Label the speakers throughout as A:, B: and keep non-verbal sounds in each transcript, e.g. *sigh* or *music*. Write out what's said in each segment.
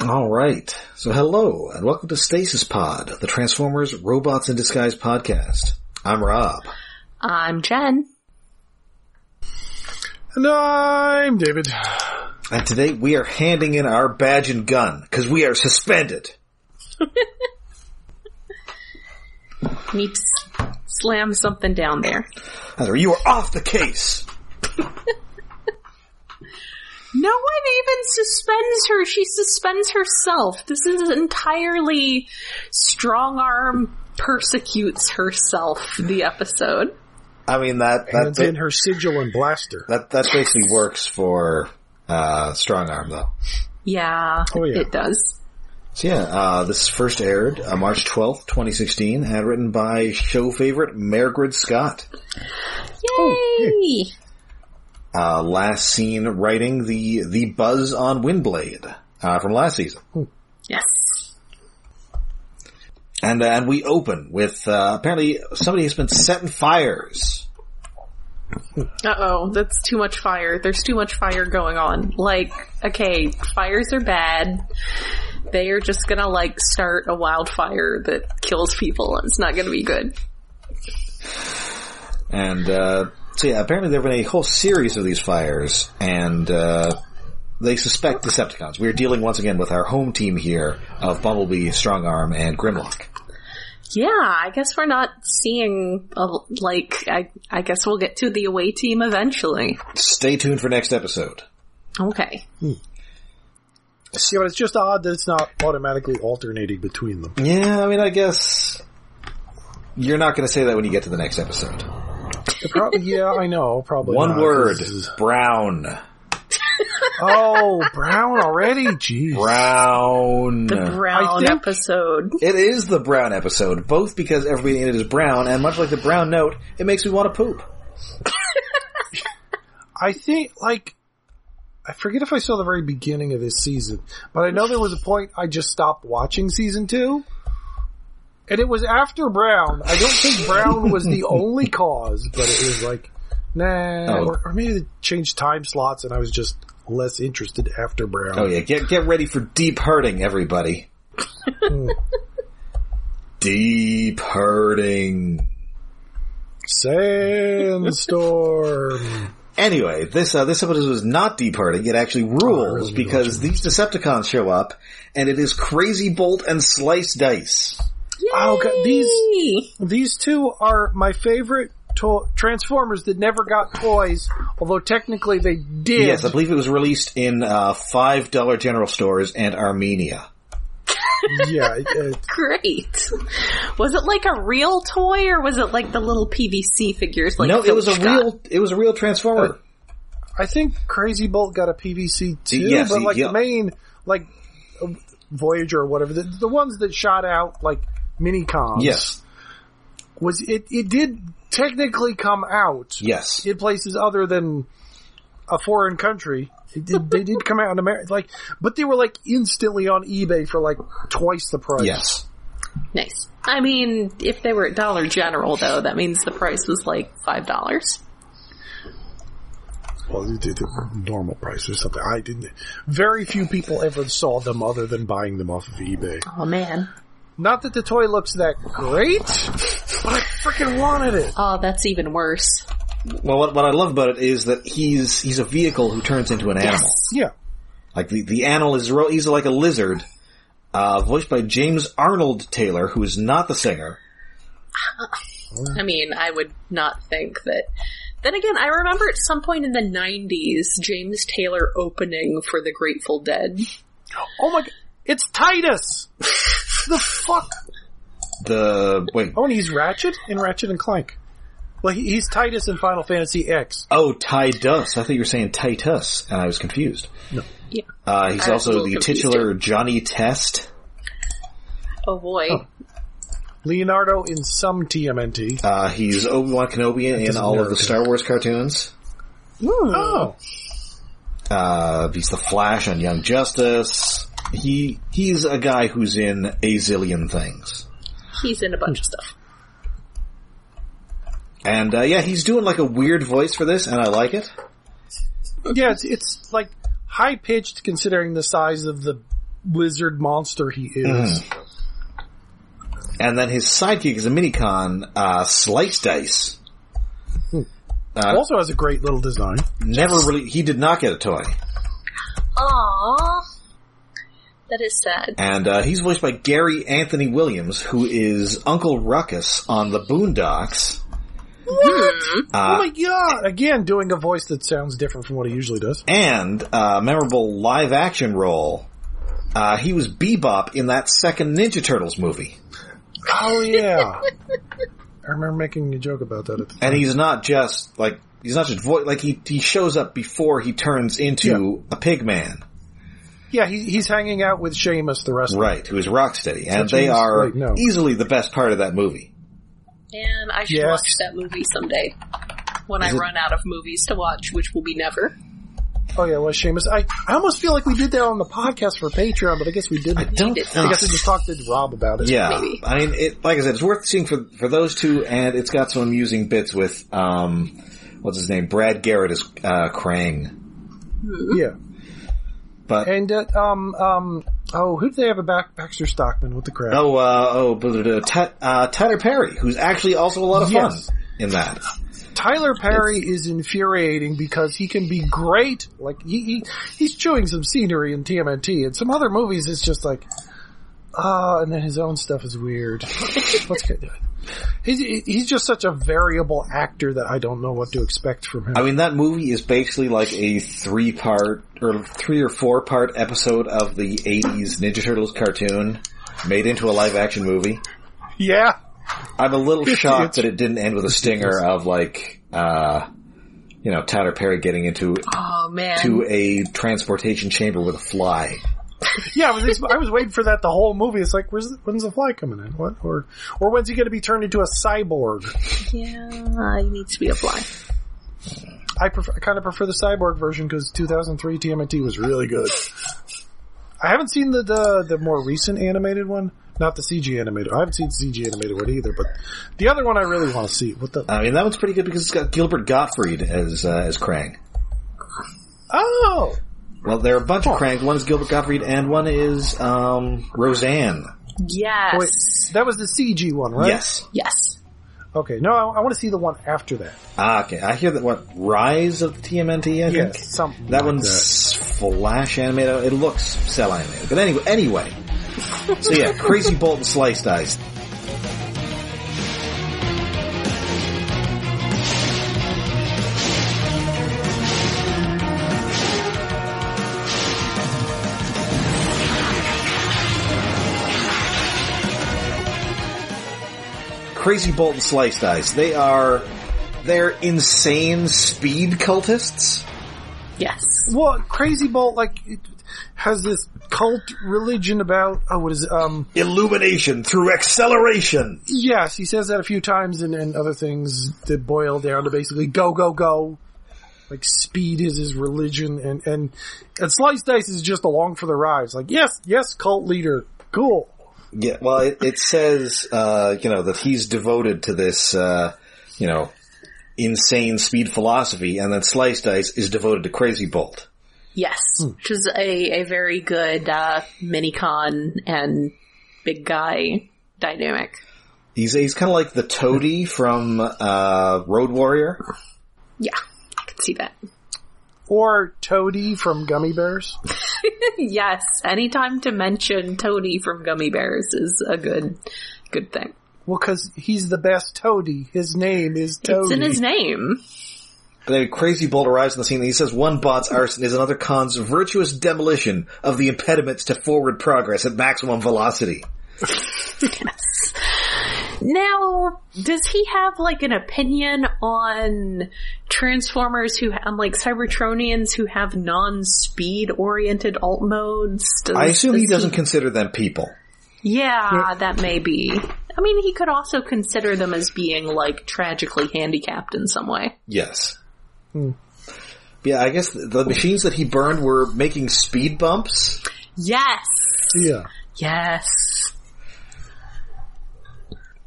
A: All right. So hello and welcome to Stasis Pod, the Transformers Robots in Disguise podcast. I'm Rob.
B: I'm Jen.
C: And I'm David.
A: And today we are handing in our badge and gun because we are suspended.
B: Neeps slam something down there.
A: Heather, you are off the case.
B: No one even suspends her. She suspends herself. This is entirely strong arm persecutes herself the episode.
A: I mean that that
C: Hands in her sigil and blaster.
A: that, that basically works for uh, strong arm though.
B: Yeah,
C: Oh, yeah.
B: it does.
A: So yeah, uh, this first aired uh, March twelfth, twenty sixteen, and written by show favorite Margaret Scott.
B: Yay!
C: Oh,
A: uh, last seen writing the the buzz on Windblade uh, from last season,
B: Yes.
A: and uh, and we open with uh, apparently somebody has been setting fires.
B: Uh oh, that's too much fire. There's too much fire going on. Like, okay, fires are bad. They are just gonna like start a wildfire that kills people and it's not gonna be good.
A: And uh, so yeah, apparently there have been a whole series of these fires, and uh, they suspect Decepticons. We are dealing once again with our home team here of Bumblebee, Strongarm, and Grimlock.
B: Yeah, I guess we're not seeing a, like I I guess we'll get to the away team eventually.
A: Stay tuned for next episode.
B: Okay.
C: Yeah, but it's just odd that it's not automatically alternating
A: *laughs*
C: between them.
A: Yeah, I mean, I guess you're not going to say that when you get to the next episode.
C: Pro- yeah, I know. Probably
A: One
C: not, 'cause
A: word:
C: this is-
A: brown.
C: Oh, brown already. Jeez.
A: Brown.
B: The brown
C: think-
B: episode.
A: it is the brown episode, both because everybody in it is brown, and much like the brown note, it makes me want to poop.
C: I think like I forget if I saw the very beginning of this season, but I know there was a point I just stopped watching season two. And it was after Brown. I don't think Brown
A: *laughs*
C: was the only cause, but it was like, nah,
A: Oh.
C: or, or maybe they changed time slots and I was just less interested after Brown.
A: Oh yeah, get get ready for deep hurting,
B: *laughs*
A: everybody. deep hurting.
C: Sandstorm.
A: Anyway, this uh, this episode was not deep hurting. It actually
B: Oh,
A: rules
C: really
A: because these Decepticons show up, and it is Crazy Bolt and Slice Dice.
C: Oh, God, these-
B: Yay!
C: These two are my favorite to- Transformers that never got toys, although technically they did.
A: Yes, I believe it was released in uh, five dollar general stores and Armenia.
C: *laughs* yeah, it- it-
B: great. Was it like a real toy or was it like the little PVC figures like
A: no, it
B: Filch
A: was a
B: got?
A: real it was a real Transformer.
C: I think Crazy Bolt got a PVC too,
A: yes,
C: but like
A: yeah.
C: the main, like Voyager or whatever, the, the ones that shot out like mini cons.
A: yes,
C: was it? It did technically come out
A: yes.
C: in places other than a foreign country. It did, they did come out in America, like, but they were like instantly on eBay for like twice the price.
A: Yes.
B: Nice. I mean, if they were at Dollar General though, that means the price was like five dollars.
C: Well, they did the normal price or something. I didn't. Very few people ever saw them other than buying them off of eBay.
B: Oh man.
C: Not that the toy looks that great, but I freaking wanted it.
B: Oh, that's even worse.
A: Well, what, what I love about it is that he's he's a vehicle who turns into an animal.
C: Yeah.
A: Like the, the animal is ro- he's like a lizard, uh, voiced by James Arnold Taylor, who is not the singer.
B: I mean, I would not think that. Then again, I remember at some point in the 90s, James Taylor opening for the Grateful Dead.
C: Oh my god. It's Titus! the fuck?
A: The wait,
C: Oh, and he's Ratchet in Ratchet and Clank. Well, he, he's Titus in Final Fantasy X.
A: oh Titus. I thought you were saying Titus, and I was confused.
C: No.
B: Yeah.
A: Uh, he's
B: I was a
A: also
B: little
A: the
B: confused,
A: titular Johnny Test.
B: Oh boy.
C: Leonardo in some TMNT.
A: Uh, he's Obi Wan Kenobi in
C: doesn't
A: all of the
C: matter.
A: Star Wars cartoons.
C: Oh.
A: Uh, he's the Flash on Young Justice. He he's a guy who's in a zillion things.
B: He's in a bunch of stuff.
A: And uh, yeah, he's doing like a weird voice for this, and I like it.
C: Oh. Yeah, it's, it's like high pitched considering the size of the lizard monster he is.
A: And then his sidekick is a minicon, uh, Slice Dice. Uh,
C: Also has a great little design.
A: never really, he did not get a toy.
B: Aww. That is sad.
A: And uh, he's voiced by Gary Anthony Williams, who is Uncle Ruckus on the Boondocks.
C: oh
A: Uh,
C: my god! Again, doing a voice that sounds different from what he usually does.
A: and a memorable live action role. Uh, he was Bebop in that second Ninja Turtles movie.
C: Oh yeah. *laughs* I remember making a joke about that. At the
A: And he's not just, like, he's not just voice, like, he, he shows up before he turns into a pig man.
C: yeah, he, he's hanging out with Seamus the rest.
A: Right, who is Rocksteady. And
C: So
A: they
C: James-
A: are
C: wait, no.
A: easily the best part of that movie.
B: And I should
C: Yes.
B: watch that movie someday. When I
A: it-
B: run out of movies to watch, which will be never.
C: Oh yeah, well, Seamus. I, I almost feel like we did that on the podcast for Patreon, but I guess we didn't.
A: I don't
B: did.
C: I
A: think
C: guess we just talked to Rob about it.
A: Yeah,
B: Maybe.
A: I mean, it, like I said, it's worth seeing for for those two, and it's got some amusing bits with um, what's his name, Brad Garrett as uh, Krang.
C: Yeah.
A: But
C: And uh, um um oh, who do they have a back Baxter Stockman with the crowd?
A: oh, uh, oh, blah, blah, blah, Ty- uh, Tyler Perry, who's actually also a lot of
C: Yes.
A: fun in that.
C: Tyler Perry is infuriating because he can be great. Like he, he he's chewing some scenery in TMNT and some other movies. It's just like, ah, and then his own stuff is weird. *laughs* Let's get He's he's just such a variable actor that I don't know what to expect from him.
A: I mean, that movie is basically like a three part or three or four part episode of the '80s Ninja Turtles cartoon made into a live action movie.
C: yeah,
A: I'm a little shocked
C: it's-
A: that it didn't end with a stinger of like, uh, you know, Tyler Perry getting into
B: Oh man.
A: to a transportation chamber with a fly.
C: yeah. I was ex- I was waiting for that the whole movie. It's like, where's the, when's the fly coming in? What or or when's he going to be turned into a cyborg?
B: Yeah, he needs to be a fly.
C: I, prefer, I kind of prefer the cyborg version because 2003 TMNT was really good. I haven't seen the, the the more recent animated one, not the CG animated. I haven't seen the CG animated one either, but the other one I really want to see. What the?
A: I mean, that one's pretty good because it's got Gilbert Gottfried as uh, as Krang.
C: Oh,
A: Well, there are a bunch of Krangs. One is Gilbert Gottfried, and one is um, Roseanne.
B: Yes.
C: wait, that was the CG one, right?
A: Yes.
B: Yes.
C: Okay, no, I, I want to see the one after that.
A: Ah, okay. I hear that. What Rise of the TMNT? I
C: Yes,
A: think
C: something.
A: that
C: like
A: one's flash animated. It looks cell animated, but anyway, anyway. so yeah, Crazy Bolt and Slice Dice. Crazy Bolt and Slice Dice. They are they're insane speed cultists.
B: Yes.
C: Well, Crazy Bolt like it has this cult religion about oh, what is it? um
A: Illumination through acceleration.
C: Yes, he says that a few times and, and other things that boil down to basically go, go, go. Like speed is his religion and, and, and Slice Dice is just along for the ride. It's like, yes, yes, cult leader. Cool.
A: Yeah, well, it, it says uh, you know that he's devoted to this uh, you know insane speed philosophy, and then Slice Dice is devoted to Crazy Bolt.
B: Yes. Which is a, a very good uh, mini con and big guy dynamic.
A: He's he's kind of like the toady from uh, Road Warrior.
B: Yeah. I can see that. *laughs*
C: Or Toadie from Gummy Bears.
B: yes. Anytime to mention Tony from Gummy Bears is a good good thing.
C: Well, cause he's the best Toadie. His name is Toadie.
B: It's in his name.
A: But then Crazy Bolt arrives on the scene and he says one bot's arson is another con's virtuous demolition of the impediments to forward progress at maximum velocity.
B: Now, does he have like an opinion on Transformers who, on like Cybertronians who have non-speed oriented alt modes? Does,
A: I assume he
B: does
A: doesn't consider them people.
B: Yeah, that may be. I mean, he could also consider them as being like tragically handicapped in some way.
A: Yes. Yeah, I guess the machines that he burned were making speed bumps.
B: Yes,
C: Yeah.
B: yes.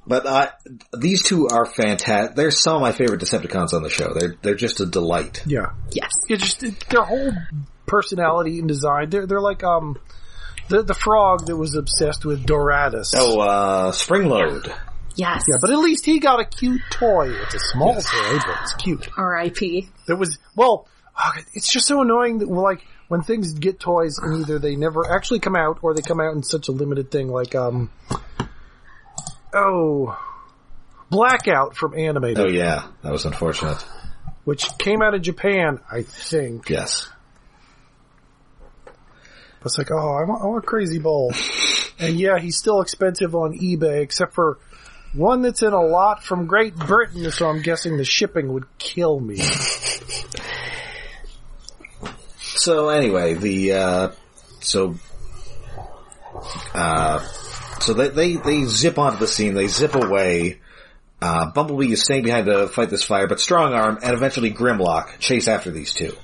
A: But uh, these two are fantastic. They're some of my favorite Decepticons on the show. They're they're just a delight.
C: Yeah.
B: Yes.
C: It's just, it, their whole personality and design, they're, they're like, um, The the frog that was obsessed with Doradus.
A: Oh, uh, Springload.
B: Yes.
C: Yeah, but at least he got a cute toy. It's a small toy, but it's cute.
B: R.I.P.
C: That was well. ah, It's just so annoying that like when things get toys and either they never actually come out or they come out in such a limited thing. Like um, oh, Blackout from Animated,
A: Oh yeah, that was unfortunate.
C: which came out of Japan, I think.
A: Yes.
C: It's like, oh, I want, I want
A: *laughs*
C: Crazy Bowl. and yeah, he's still expensive on eBay, except for one that's in a lot from Great Britain, so I'm guessing the shipping would kill me.
A: So anyway, the uh, so uh, so they, they they zip onto the scene. They zip away. Uh, Bumblebee is staying behind to fight this fire, but Strongarm and eventually Grimlock chase after these two.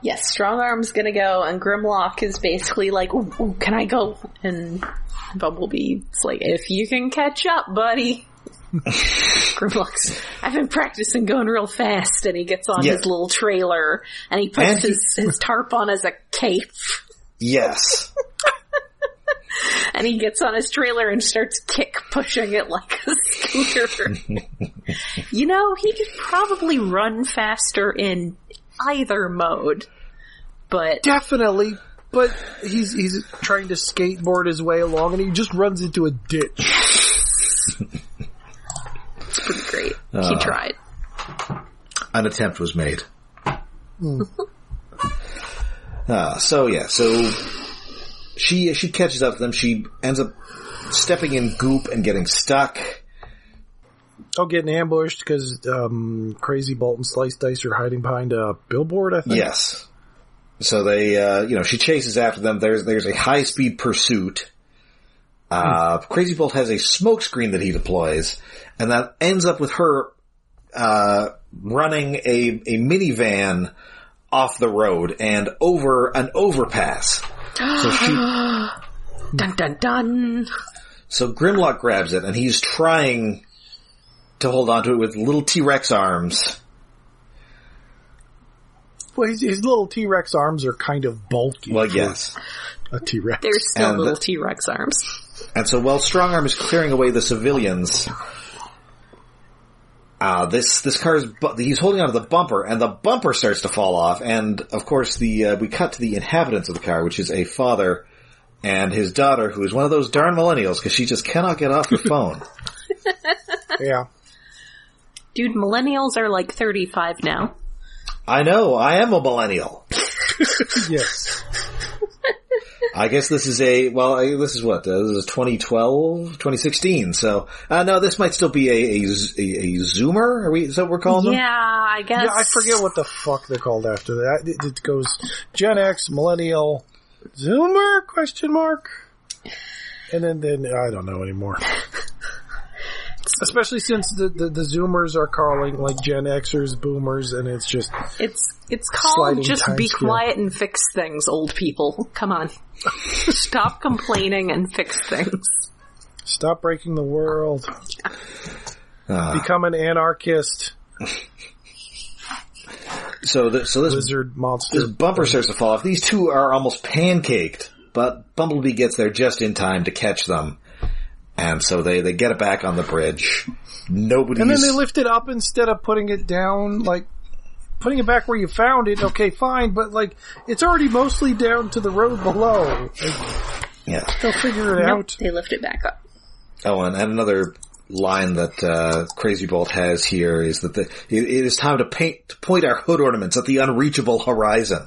B: Yes, Strong Arm's gonna go, and Grimlock is basically like, ooh, ooh, can I go? And Bumblebee's like, if you can catch up, buddy. *laughs* Grimlock's, I've been practicing going real fast, and he gets on
A: Yeah.
B: his little trailer, and he puts
A: And he-
B: his, his tarp on as a cape,
A: Yes,
B: and he gets on his trailer and starts kick pushing it like a
C: *laughs*
B: scooter. you know, he could probably run faster in either mode, but
C: Definitely, but he's he's trying to skateboard his way along, and he just runs into a ditch.
B: pretty great. he
C: Uh.
B: tried.
A: an attempt was made. Uh, so yeah, so she she catches up to them. She ends up stepping in goop and getting stuck.
C: Oh, getting ambushed because um, Crazy Bolt and Slice Dice are hiding behind a billboard. I think.
A: Yes. So they, uh, you know, she chases after them. There's there's a high speed pursuit. Uh, Crazy Bolt has a smoke screen that he deploys, and that ends up with her uh, running a a minivan off the road and over an overpass. So she,
B: Dun dun dun.
A: so Grimlock grabs it, and he's trying to hold onto it with little T Rex arms.
C: Well, his, his little T Rex arms are kind of bulky.
A: Well,
C: for
A: yes.
C: a T Rex.
B: They're still
A: And
B: little
A: the-
B: T Rex arms.
A: And so while Strongarm is clearing away the civilians, uh, this this car is bu- he's holding onto the bumper, and the bumper starts to fall off. And of course, the uh, we cut to the inhabitants of the car, which is a father and his daughter, who is one of those darn millennials because she just cannot get off the phone.
C: Yeah.
B: Dude, millennials are like 35 now.
A: I know, I am a millennial.
C: Yes.
A: I guess this is a well, I, this is what uh, this is 2012, 2016. So uh, no, this might still be a a, z- a- a zoomer. Are we? Is that what we're calling them?
B: Yeah, I guess.
C: Yeah, I forget what the fuck they're called after that. It, it goes Gen X, Millennial, Zoomer? Question mark. And then, then I don't know anymore. Especially since the, the, the Zoomers are calling like Gen Xers Boomers, and it's just
B: It's, it's
C: Sliding
B: called just
C: time
B: be
C: scale.
B: quiet and fix things, old people. Come on. *laughs* Stop complaining and fix things.
C: stop breaking the world,
A: Ah.
C: become an anarchist,
A: So th- so this
C: lizard monster.
A: This bumper starts to fall off. These two are almost pancaked, but Bumblebee gets there just in time to catch them. And so they, they get it back on the bridge. Nobody's...
C: And then they lift it up instead of putting it down, like putting it back where you found it. Okay, fine, but like it's already mostly down to the road below. Like,
A: Yeah.
C: they'll figure it out.
B: They lift it back up.
A: Oh, and, and another line that uh, Crazy Bolt has here is that the, it, it is time to paint to point our hood ornaments at the unreachable horizon.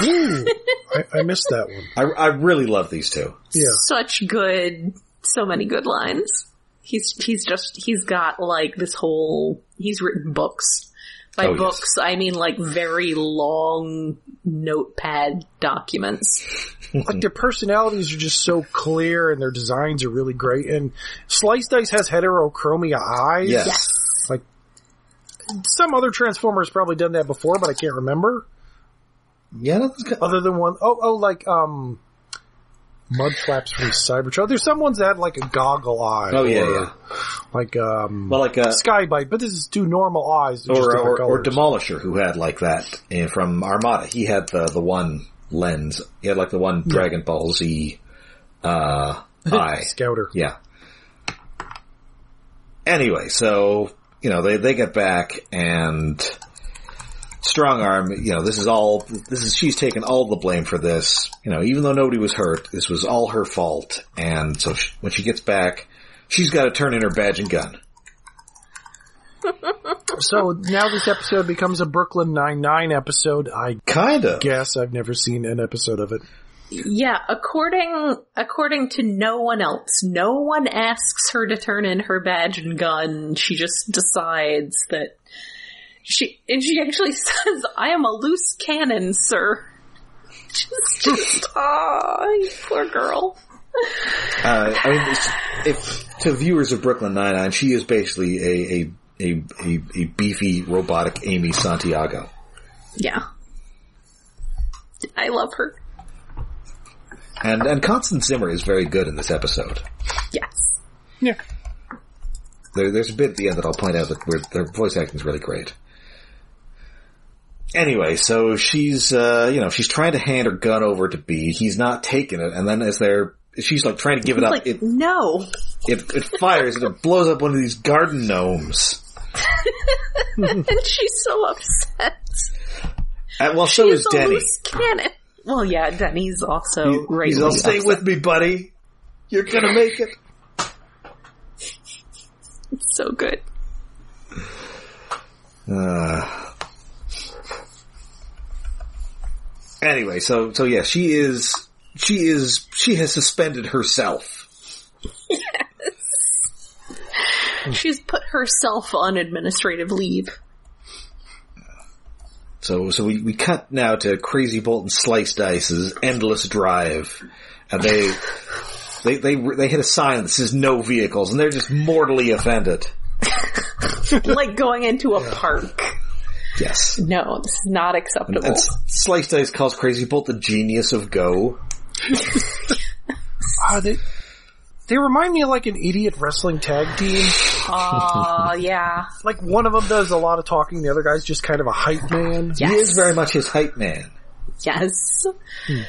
C: Ooh, I, I missed that one.
A: I, I really love these two.
C: Yeah,
B: Such good, so many good lines. He's, he's just, he's got like this whole, he's written books. By
A: Oh, yes.
B: books, I mean like very long notepad documents.
C: like their personalities are just so clear, and their designs are really great. And Slice Dice has heterochromia eyes.
A: Yes.
C: Some other Transformers probably done that before, but I can't remember.
A: Yeah, that's good.
C: Other than one, oh, oh, like um, Mudflaps from Cybertron. There's some ones that had like a goggle eye.
A: Oh, yeah,
C: or-
A: yeah.
C: like um
A: Well, like... Uh,
C: Skybite, but this is two normal eyes, they're just
A: or,
C: different
A: or, or
C: colors.
A: Demolisher, who had like that eh, from Armada. He had the, the one lens. He had like the one Dragon Ball Z
C: *laughs*
A: uh, eye.
C: Scouter.
A: Yeah. Anyway, so, you know, they, they get back and strong arm, you know, this is all, this is, she's taken all the blame for this. You know, even though nobody was hurt, this was all her fault. And so she, when she gets back, she's got to turn in her badge and gun.
C: So now this episode becomes a Brooklyn Nine-Nine episode. I
A: Kinda.
C: guess I've never seen an episode of it.
B: Yeah, according according to no one else, no one asks her to turn in her badge and gun. She just decides that she and she actually *laughs* says, "I am a loose cannon, sir." *laughs* Just, just *laughs* ah, you poor girl.
A: Uh, I mean, it's- if to viewers of Brooklyn Nine Nine, she is basically a, a, a, a, a beefy robotic Amy Santiago.
B: Yeah, I love her.
A: And, and Constance Zimmer is very good in this episode.
B: Yes.
C: Yeah.
A: There, there's a bit at the end that I'll point out that where their voice acting is really great. Anyway, so she's, uh, you know, she's trying to hand her gun over to B. He's not taking it, and then as they're, she's like trying to give it up,
B: Like
A: it, *laughs*
B: no, *laughs*
A: it, it fires and it blows up one of these garden gnomes.
B: and she's so upset.
A: And, well, so
B: She's
A: is
B: a
A: Denny.
B: loose cannon. Well, yeah, Denny's also
A: He-
B: great.
A: he's all, stay with me, buddy. You're gonna make it.
B: so good.
A: Uh, anyway, so so yeah, she is she is she has suspended herself.
B: She's put herself on administrative leave.
A: *laughs* So so we, we cut now to Crazy Bolt and Slice Dice's endless drive, and they they they they hit a sign that says no vehicles, and they're just mortally offended.
B: like going into a park.
A: Yes.
B: No, this is not acceptable.
A: And S- Slice Dice calls Crazy Bolt the genius of Go.
C: Ah, they they remind me of like an idiot wrestling tag team.
B: Aw, yeah.
C: Like one of them does a lot of talking, the other guy's just kind of a hype man.
A: He
B: Yes.
A: is very much his hype man.
B: Yes.
A: He,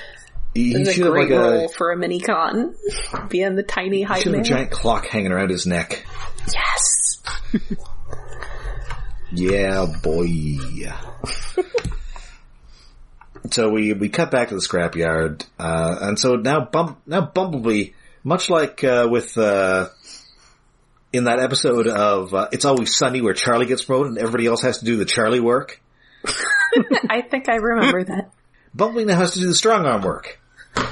A: he
B: It's a
A: should have
B: great
A: like a,
B: role for a mini con. Being the tiny hype
A: should have
B: man.
A: a giant clock hanging around his neck.
B: Yes.
A: Yeah, boy. so we we cut back to the scrapyard, uh, and so now Bum- now Bumblebee, much like uh, with uh, in that episode of uh, It's Always Sunny where Charlie gets promoted and everybody else has to do the Charlie work,
B: I think I remember that.
A: Bumblebee now has to do the strong arm work.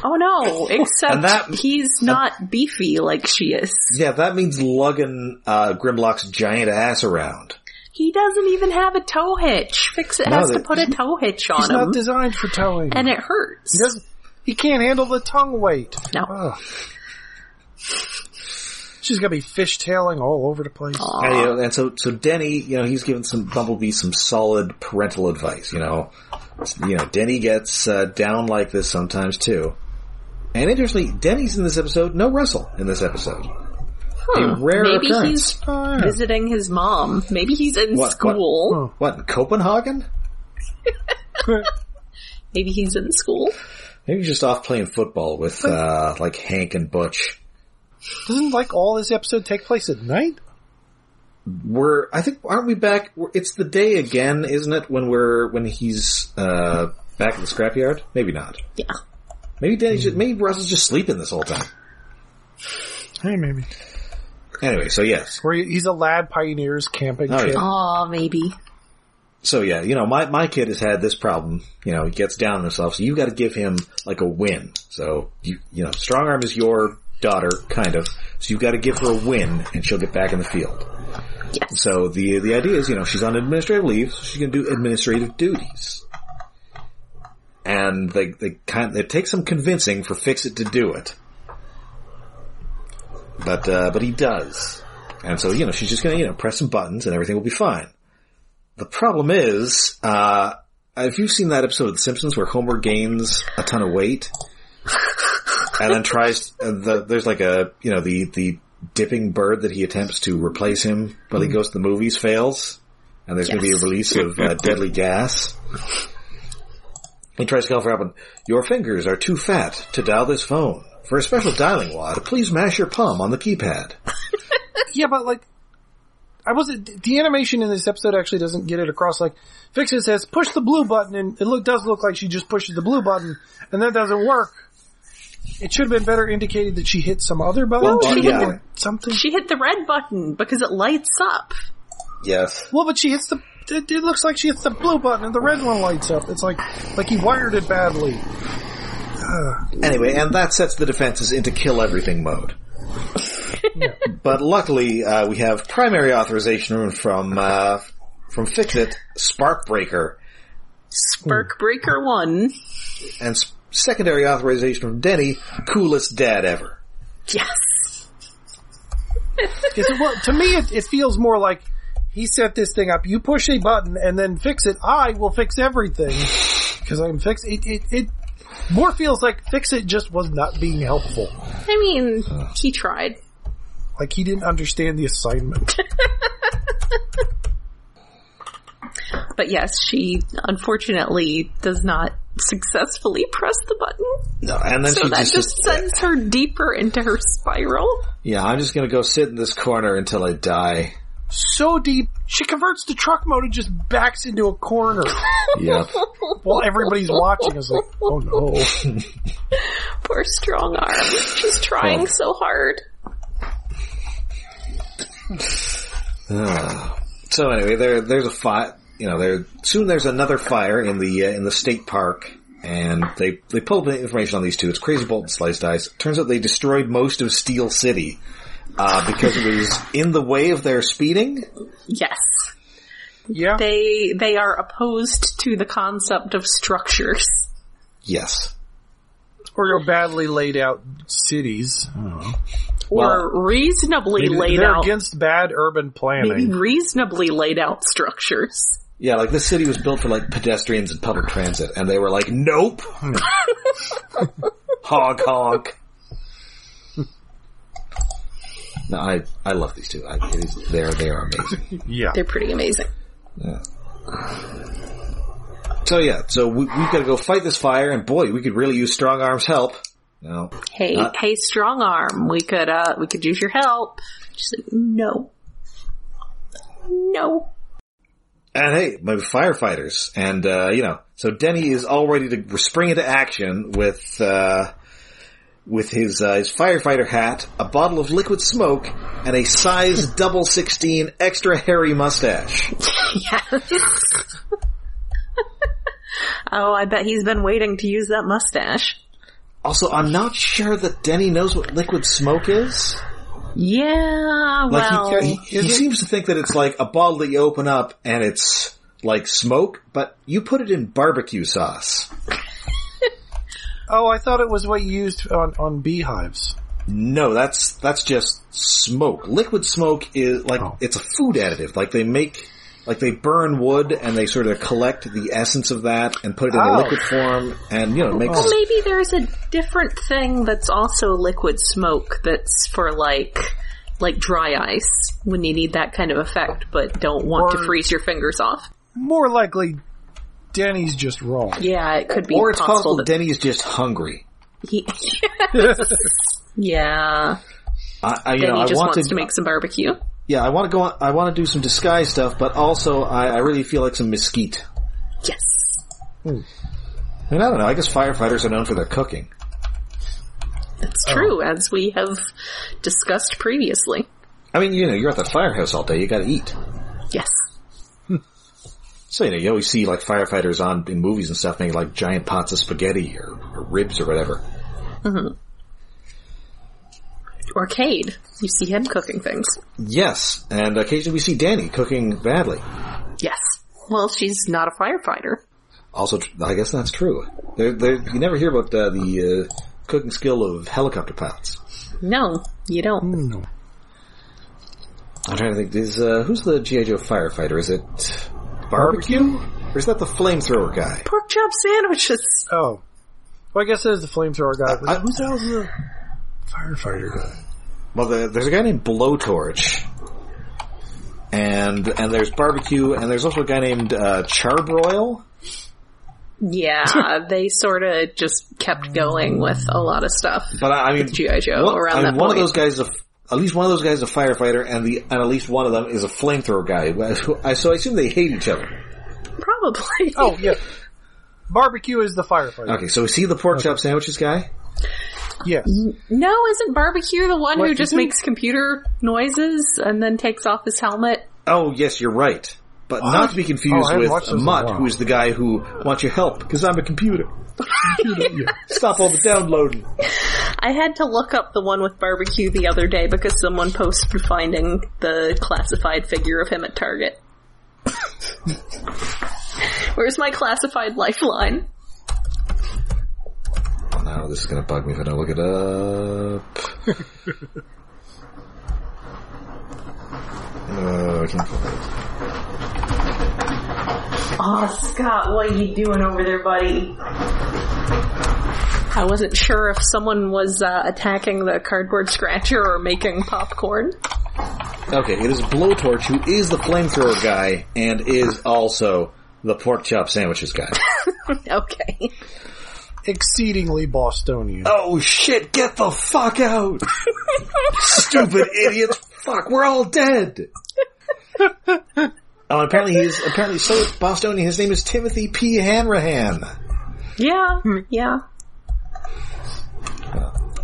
B: Oh no,
A: *laughs*
B: except
A: And that-
B: he's not beefy like she is.
A: Yeah, that means lugging uh, Grimlock's giant ass around.
B: He doesn't even have a toe hitch. Fix it
A: No,
B: has to
A: that-
B: put a toe hitch
C: He's
B: on him.
C: not designed for towing.
B: and it
C: He
B: hurts.
C: doesn't. He can't handle the tongue weight.
B: No.
C: Ugh. She's gonna be fishtailing all over the place.
A: And,
B: Uh,
A: you know, and so, so Denny, you know, he's given some Bumblebee some solid parental advice. You know, you know, Denny gets uh, down like this sometimes too. And interestingly, Denny's in this episode. No Russell in this episode.
B: Huh.
A: Rare
B: Maybe
A: occurrence.
B: he's visiting his mom. Maybe he's in
A: What- what-
B: school.
C: Oh.
A: What in Copenhagen?
C: *laughs*
B: Maybe he's in school.
A: Maybe he's just off playing football with uh, like Hank and Butch.
C: Doesn't like all this episode take place at night?
A: We're I think aren't we back? we're- It's the day again, isn't it? When we're when he's uh, back at the scrapyard. Maybe not.
B: Yeah.
A: Maybe Denny's
B: Hmm.
A: just, maybe Russell's just sleeping this whole time.
C: Hey, maybe.
A: Anyway, so yes,
C: Where he- he's a lad pioneers camping
A: Oh,
C: kid.
A: yeah.
B: Oh, maybe.
A: So yeah, you know, my, my kid has had this problem. You know, he gets down on himself, so you gotta give him like a win. So you, you know, strong arm is your daughter, kind of. So you gotta give her a win and she'll get back in the field.
B: Yes.
A: So the, the idea is, you know, she's on administrative leave, so she can do administrative duties. And they, they kind, it takes some convincing for Fix It to do it. But, uh, but he does. And so, you know, she's just gonna, you know, press some buttons and everything will be fine. The problem is, uh, have you seen that episode of The Simpsons where Homer gains a ton of weight? and then tries, and the, there's like a, you know, the, the dipping bird that he attempts to replace him, but he goes to the movies, fails, and there's gonna be a
B: Yes.
A: release of uh, deadly gas. He tries to call for help and, your fingers are too fat to dial this phone. For a special dialing wad, please mash your palm on the keypad.
C: Yeah, but like, I wasn't. The animation in this episode actually doesn't get it across. Like, Vixen says, "Push the blue button," and it look, does look like she just pushes the blue button, and that doesn't work. It should have been better indicated that she hit some other button.
B: Well,
A: she
C: She hit
A: hit
C: the- something.
B: She hit the red button because it lights up.
A: Yes.
C: Well, but she hits the. It, it looks like she hits the blue button, and the red one lights up. It's like like he wired it badly.
A: Anyway, and that sets the defenses into kill everything mode. but luckily, uh, we have primary authorization from, uh, from Fixit, Sparkbreaker,
B: Spark Breaker 1.
A: and s- secondary authorization from Denny, coolest dad ever.
B: Yes.
C: Is it, well, to me, it, it feels more like he set this thing up. You push a button and then fix it. I will fix everything because I'm fixed. It, it it more feels like fix it just was not being helpful.
B: I mean, he tried.
C: Like he didn't understand the assignment.
B: But yes, she unfortunately does not successfully press the button.
A: No, and then
B: So
A: she
B: that
A: just,
B: just, sends her deeper into her spiral.
A: yeah, I'm just gonna go sit in this corner until I die. *sighs*
C: so deep, she converts to truck mode and just backs into a corner
B: *laughs*
A: Yep.
C: while everybody's watching. It's like, oh no.
B: Poor strong arm. She's trying so hard.
A: Ah. so anyway, there there's a fire. You know, there soon there's another fire in the uh, in the state park, and they they pull the information on these two. It's Crazy Bolt and Sliced Ice. Turns out they destroyed most of Steel City uh, because it was in the way of their speeding.
B: Yes.
C: Yeah.
B: They they are opposed to the concept of structures.
A: Yes.
C: Or your badly laid out cities.
B: Or reasonably laid
C: They're
B: out
C: against bad urban planning.
B: reasonably laid out structures.
A: Yeah, like this city was built for like pedestrians and public transit, and they were like, "Nope, honk honk." No, I I love these two. I, it is, they are they are amazing.
C: Yeah.
B: They're pretty amazing.
A: So yeah, so we, we've got to go fight this fire, and boy, we could really use Strong Arm's help. No,
B: Hey,
A: Uh,
B: hey, strong arm. We could uh we could use your help. She's like, no. No. *laughs*
A: and hey, maybe firefighters, and uh, you know, so Denny is all ready to spring into action with uh, with his uh, his firefighter hat, a bottle of liquid smoke, and a size double sixteen extra hairy mustache.
B: Yes. *laughs* oh, I bet he's been waiting to use that mustache.
A: Also, I'm not sure that Denny knows what liquid smoke is.
B: Yeah,
A: Like
B: well,
A: he, he, he seems to think that it's like a bottle that you open up and it's like smoke, but you put it in barbecue sauce.
C: Oh, I thought it was what you used on, on beehives.
A: No, that's that's just smoke. Liquid smoke is like
C: Oh.
A: it's a food additive. Like they make like they burn wood and they sort of collect the essence of that and put it in a
C: Oh.
A: liquid form and you know it makes
B: well, maybe there's a different thing that's also liquid smoke that's for like, like dry ice when you need that kind of effect, but don't want
C: Or-
B: to freeze your fingers off.
C: More likely, Danny's just wrong.
B: Yeah, it could be
A: or it's possible
B: possible. that
A: Denny's just hungry.
B: he, *laughs* yeah,
A: I, I you
B: and
A: know
B: he
A: I
B: just
A: want
B: wants to make some barbecue.
A: yeah I want to go on, I want to do some disguise stuff, but also I, I really feel like some mesquite.
B: Yes.
A: I mean I don't know. I guess firefighters are known for their cooking.
B: It's true, as we have discussed previously.
A: I mean you know you're at the firehouse all day. You got to eat.
B: Yes.
A: So you know, you always see like firefighters on in movies and stuff making like giant pots of spaghetti or, or ribs or whatever.
B: Or Cade. You see him cooking things.
A: Yes, and occasionally we see Danny cooking badly.
B: Yes. Well, she's not a firefighter.
A: Also, tr- I guess that's true. There, there, you never hear about uh, the uh, cooking skill of helicopter pilots.
B: No, you don't.
C: No.
A: I'm trying to think. Is uh, who's the GI Joe firefighter? Is it barbecue, or is that the flamethrower guy?
B: Pork chop sandwiches.
C: Oh. Well, I guess that is the flamethrower guy.
A: I-
C: who's the hell's the firefighter guy?
A: Well, the, there's a guy named Blowtorch, and and there's barbecue, and there's also a guy named uh, Charbroil.
C: *laughs*
B: Yeah, they sort of just kept going with a lot of stuff.
A: But I, I mean,
B: with GI Joe
A: one,
B: around
A: I mean,
B: that
A: one
B: point.
A: of those guys, is a, at least one of those guys, is a firefighter, and the and at least one of them is a flamethrower guy. So I assume they hate each other.
B: Probably.
C: Oh yeah, barbecue is the firefighter.
A: Okay, so we see the pork chop sandwiches guy.
C: Yes,
B: No, isn't Barbecue the one
C: What,
B: who just
C: isn't-
B: makes computer noises and then takes off his helmet?
A: Oh yes, you're right. But not to be
C: Oh, I
A: confused
C: haven't watched
A: with
C: those in a
A: Mutt,
C: while.
A: who's the guy who wants your help because I'm a computer. *laughs* Stop all the downloading.
B: I had to look up the one with Barbecue the other day because someone posted finding the classified figure of him at Target. *laughs* Where's my classified lifeline?
A: Now this is gonna bug me if I don't look it *laughs* up. uh, I can't find it.
B: Oh, Scott, what are you doing over there, buddy? I wasn't sure if someone was uh, attacking the cardboard scratcher or making popcorn. *laughs*
A: Okay, it is Blowtorch who is the flamethrower guy and is also the pork chop sandwiches guy.
B: Okay.
C: exceedingly Bostonian.
A: *laughs* oh shit, get the fuck *laughs* out! Stupid idiots! Fuck, we're all dead! Oh, apparently he is, apparently so is Bostonian. His name is Timothy P. Hanrahan.
B: Yeah, yeah.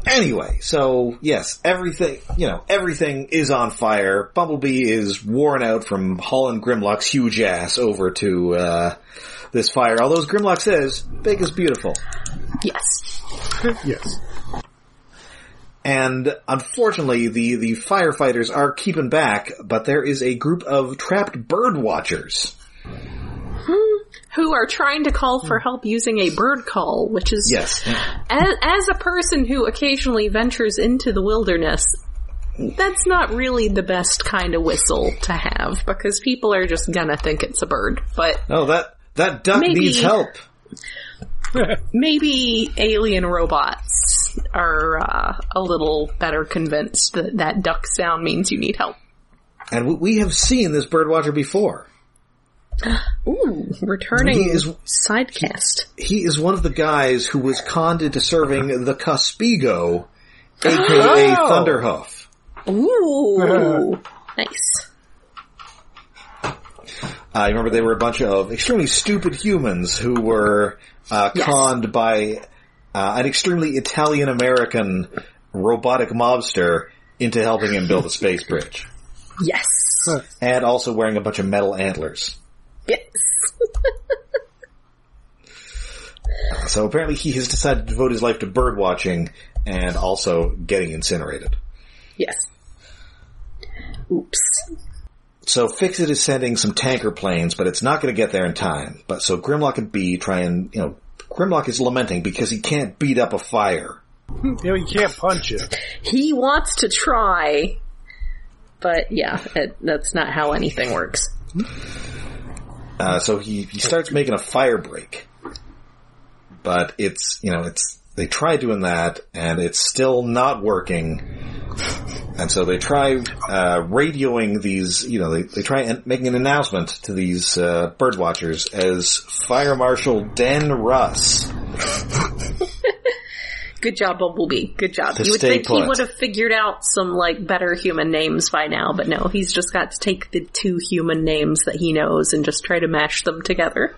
A: Anyway, so yes, everything, you know, everything is on fire. Bumblebee is worn out from hauling Grimlock's huge ass over to, uh, this fire. Although as Grimlock says, big is beautiful.
B: Yes.
C: yes,
A: And unfortunately, the, the firefighters are keeping back, but there is a group of trapped bird watchers.
B: Who are trying to call for help using a bird call, which is
A: Yes.
B: as, as a person who occasionally ventures into the wilderness, that's not really the best kind of whistle to have because people are just gonna think it's a bird. But
A: No, Oh, that, that duck
B: Maybe.
A: needs help.
B: maybe alien robots are uh, a little better convinced that that duck sound means you need help.
A: And we, we have seen this bird watcher before.
B: Ooh, returning
A: He is-
B: *laughs* sidecast.
A: He is one of the guys who was conned into serving the Cuspigo, aka
C: Oh.
A: Thunderhoof.
B: Ooh, nice.
A: Uh, you remember they were a bunch of extremely stupid humans who were uh,
B: Yes.
A: conned by uh, an extremely Italian American robotic mobster into helping him build a space bridge,
B: Yes.
A: and also wearing a bunch of metal antlers.
B: Yes.
A: So apparently, he has decided to devote his life to bird watching and also getting incinerated.
B: Yes. Oops.
A: So Fixit is sending some tanker planes, but it's not going to get there in time. But so Grimlock and Bee try and you know Grimlock is lamenting because he can't beat up a fire.
C: you know you can't punch it.
B: He wants to try, but yeah, it, that's not how anything works.
A: Uh, so he, he starts making a fire break. But it's, you know, it's, they try doing that and it's still not working. And so they try, uh, radioing these, you know, they, they try and making an announcement to these, uh, bird watchers as Fire Marshal Den Russ.
B: Good job, Bumblebee. Good job.
A: To
B: you would
A: stay
B: think he
A: put.
B: would have figured out some like better human names by now, but no, he's just got to take the two human names that he knows and just try to mash them together.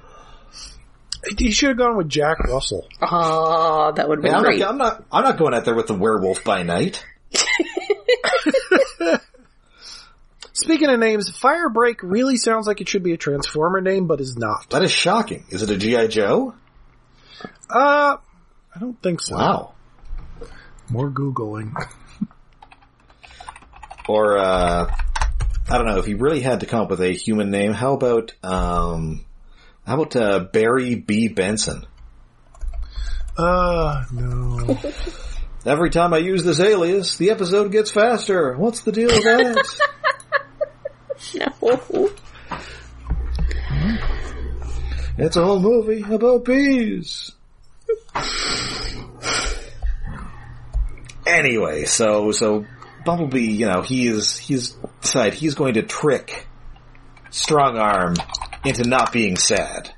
C: He should have gone with Jack Russell.
B: Oh, that would be
A: Yeah, I'm
B: great.
A: not, I'm not, I'm not going out there with the werewolf by night.
C: Speaking of names, Firebreak really sounds like it should be a Transformer name, but is not.
A: That is shocking. Is it a G.I. Joe?
C: Uh, I don't think so.
A: Wow.
C: More Googling.
A: or uh I don't know if he really had to come up with a human name. How about um how about uh, Barry B Benson?
C: Uh, no.
A: Every time I use this alias, the episode gets faster. What's the deal with that?
B: No.
A: it's a whole movie about bees. Anyway, so so Bumblebee, you know, he is he's decided he's going to trick Strong Arm into not being sad.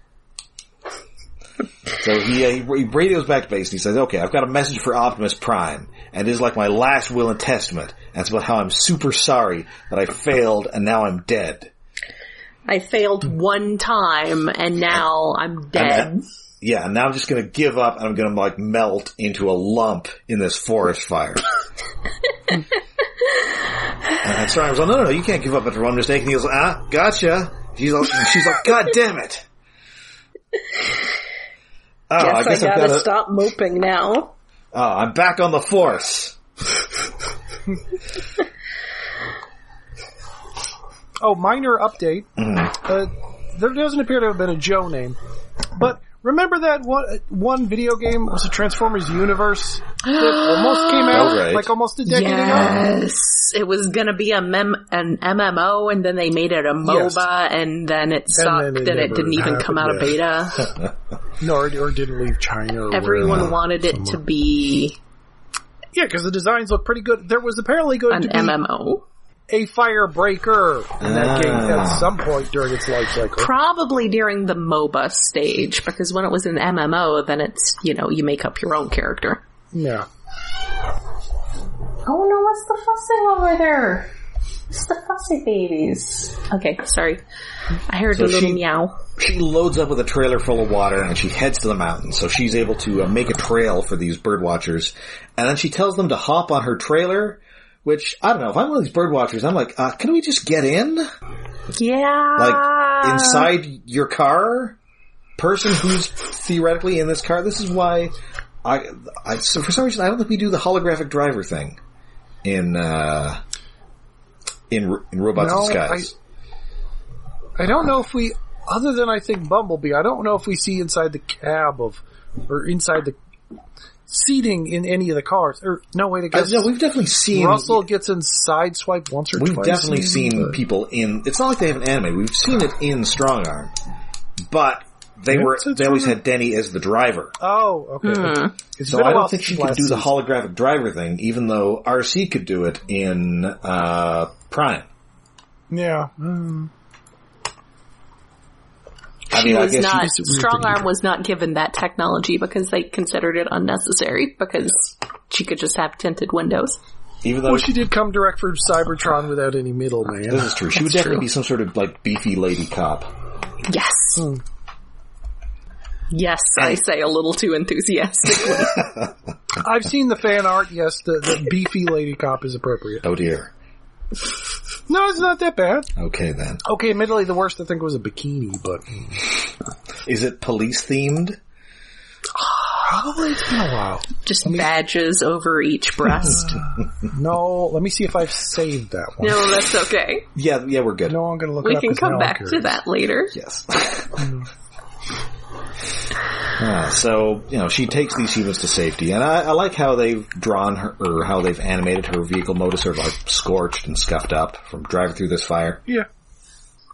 A: So he, uh, he he radios back to base and he says, okay, I've got a message for Optimus Prime and it is like my last will and testament. And it's about how I'm super sorry that I failed and now I'm dead.
B: I failed one time and now I'm dead.
A: And that- yeah, and now I'm just gonna give up and I'm gonna like melt into a lump in this forest
B: *laughs*
A: fire. and Sarah was like, no, no, no, you can't give up after one mistake. And he was like, ah, gotcha. She's like, she's like God damn it. Oh,
B: guess I,
A: I've
B: gotta
A: gotta-
B: stop moping now.
A: Oh, I'm back on the force.
C: Oh, minor
A: *clears throat*
C: update.
A: Mm-hmm.
C: Uh, there doesn't appear to have been a Joe name, but remember that one one video game was a Transformers Universe that almost came out
A: Oh, right.
C: like almost
B: *laughs*
C: a decade ago.
B: Yes, it was gonna be a mem an MMO, and then they made it a MOBA,
C: Yes.
B: and then it sucked,
C: then
B: and,
C: it
B: it
C: never
B: didn't even come out of
C: happened,
B: beta.
C: No, or, or didn't leave China. Or
B: Everyone
C: wherever.
B: wanted it to be
C: yeah, because the designs look pretty good. There was apparently going
B: an
C: to be
B: MMO.
C: a Firebreaker in that
A: Ah.
C: game at some point during its life cycle.
B: Probably during the MOBA stage, because when it was an MMO, then it's, you know, you make up your own character.
C: Yeah.
B: Oh no, what's the fussing over there? It's the fussy babies. Okay, sorry. I heard
A: So
B: a little
A: she-
B: meow.
A: She loads up with a trailer full of water and she heads to the mountain. So she's able to uh, make a trail for these bird watchers. And then she tells them to hop on her trailer, which I don't know. If I'm one of these bird watchers, I'm like, uh, can we just get in?
B: Yeah.
C: Ah.
A: Like inside your car? Person who's theoretically in this car. This is why I, I so for some reason I don't think we do the holographic driver thing in uh in, Ro- in Robots
C: No,
A: in Disguise.
C: I don't know if we, other than I think Bumblebee, I don't know if we see inside the cab of, or inside the seating in any of the cars. Or no, wait, I
A: I,
C: guess
A: Uh, no, we've definitely seen
C: Russell gets in sideswipe once or
A: We've
C: twice.
A: definitely
C: maybe,
A: seen
C: but-
A: people in. It's not like they have an anime. We've seen it in Strong Arm, but they
C: Yeah,
A: were
C: it's- it's
A: they always
C: not-
A: had Denny as the driver.
C: Oh, okay. It's
A: So
C: been a
A: I
C: while
A: don't think she
C: since
A: could
C: last
A: do the
C: season.
A: holographic driver thing, even though RC could do it in uh, Prime.
C: Yeah.
A: Hmm.
C: Mm.
A: I
B: she
A: mean, I
B: was
A: guess
B: not,
A: she's-
B: strong arm was not given that technology because they considered it unnecessary because she could just have tinted windows.
A: even though
C: Well, she did come direct from Cybertron without any
A: this
C: middleman.
A: is true, she would
B: That's
A: definitely
B: true.
A: be some sort of like beefy lady cop.
B: Yes.
C: Hmm.
B: Yes, I say a little
A: *laughs*
B: too enthusiastically.
C: I've seen the fan art. Yes, the, the beefy lady cop is appropriate.
A: Oh dear.
C: No, it's not that bad.
A: Okay then,
C: Okay, admittedly, the worst I think was a bikini, but
A: is it police themed?
C: probably it's
A: Oh,
C: been a while.
B: just badges over each breast.
A: Hmm.
C: No, let me see if I've saved that one.
B: no, that's okay.
A: Yeah, yeah, we're good.
C: No, I'm going to look it
B: We
C: up.
B: can
C: 'cause now
B: come
C: I'm
B: back to
C: curious.
B: that later.
A: Yes. *laughs* Ah, so you know she takes these humans to safety, and I, I like how they've drawn her or how they've animated her vehicle motor sort of like scorched and scuffed up from driving through this fire.
C: Yeah.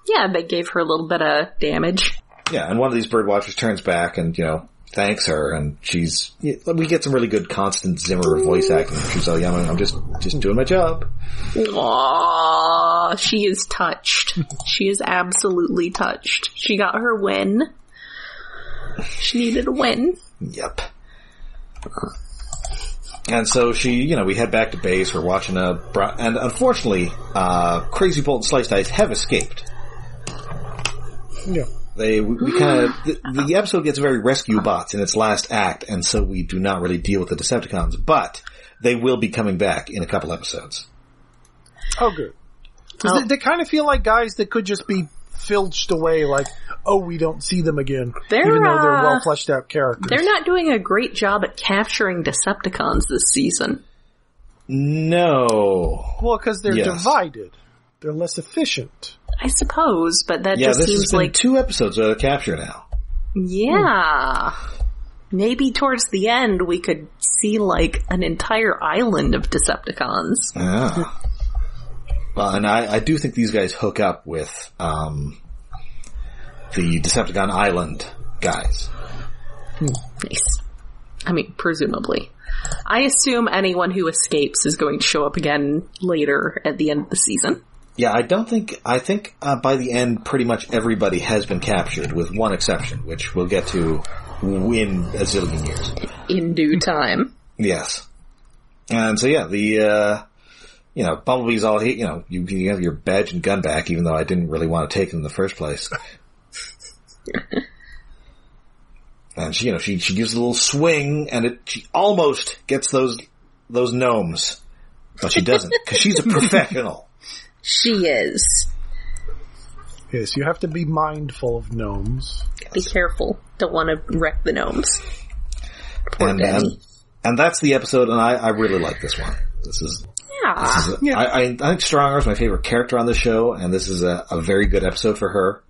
B: Yeah, they gave her a little bit of damage.
A: Yeah, and one of these bird watchers turns back and you know thanks her, and she's we get some really good constant Zimmer voice acting. She's like, "I'm I'm just just doing my job."
B: Aww, she is
A: *laughs*
B: touched. She is absolutely touched. She got her win. She needed a win.
A: Yep. And so she, you know, we head back to base. We're watching a, bro- and unfortunately, uh, Crazy Bolt and Sliced Ice have escaped.
C: Yeah.
A: They, we, we kind of, the, the episode gets very rescue bots in its last act, and so we do not really deal with the Decepticons, but they will be coming back in a couple episodes.
C: Oh, good. 'Cause
B: Oh.
C: They, they kind of feel like guys that could just be filched away, like, oh, we don't see them again.
B: They're,
C: even though they're
B: uh,
C: well fleshed out characters.
B: They're not doing a great job at capturing Decepticons this season.
A: No.
C: Well, because they're
A: Yes.
C: divided. They're less efficient.
B: I suppose, but that
A: Yeah,
B: just
A: this has
B: seems
A: been
B: like,
A: two episodes without a capture now.
B: yeah. Maybe towards the end we could see like an entire island of Decepticons.
A: Yeah. Well, and I, I do think these guys hook up with, um, the Decepticon Island guys.
B: Nice. I mean, presumably. I assume anyone who escapes is going to show up again later at the end of the season.
A: Yeah, I don't think. I think uh, by the end, pretty much everybody has been captured, with one exception, which we'll get to in a zillion years.
B: in due time.
A: Yes. And so yeah, the uh you know, Bumblebee's all he you know, you, you have your badge and gun back even though I didn't really want to take them in the first place. and she you know, she she gives a little swing and it she almost gets those those gnomes. But she doesn't cuz she's a professional.
B: She is.
C: Yes, you have to be mindful of gnomes.
B: Be careful. Don't want to wreck the gnomes. Poor
A: and
B: Benny.
A: um, and that's the episode and I I really like this one. This is
B: yeah.
A: I, I, I think Strong Arm's my favorite character on the show, and this is a, a very good episode for her.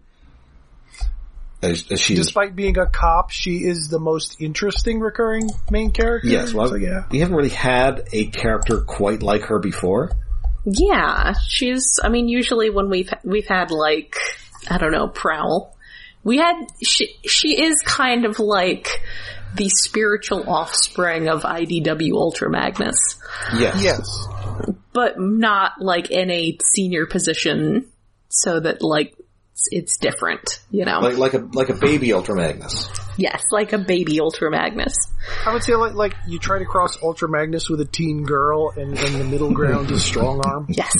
A: As, as she's,
C: Despite being a cop, she is the most interesting recurring main character.
A: yes, well,
C: So, yeah.
A: we haven't really had a character quite like her before.
B: Yeah, she's. I mean, usually when we've we've had like I don't know, Prowl. We had she. She is kind of like the spiritual offspring of IDW Ultra Magnus,
A: Yes,
C: Yes.
B: but not like in a senior position, so that like it's, it's different, you know.
A: like like a like a baby Ultra Magnus.
B: yes, like a baby Ultra Magnus.
C: I would say like, like you try to cross Ultra Magnus with a teen girl and, and the middle ground is strong arm.
B: Yes.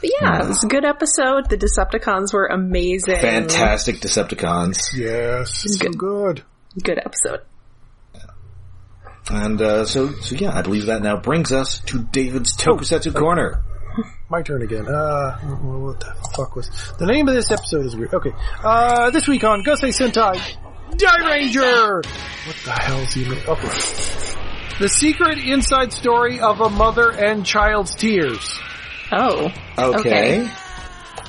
B: But yeah, it was a good episode. The Decepticons were amazing.
A: Fantastic Decepticons,
C: *laughs* Yes. So
B: Good.
C: good.
B: Good episode.
A: and uh, so so yeah, I believe that now brings us to David's Tokusatsu corner.
C: My turn again. Uh, what the fuck was the name of this episode is weird. Okay, uh, this week on Gusei Sentai, Die Ranger. What the hell's he? ma- Okay, the secret inside story of a mother and child's tears.
B: Oh.
A: Okay,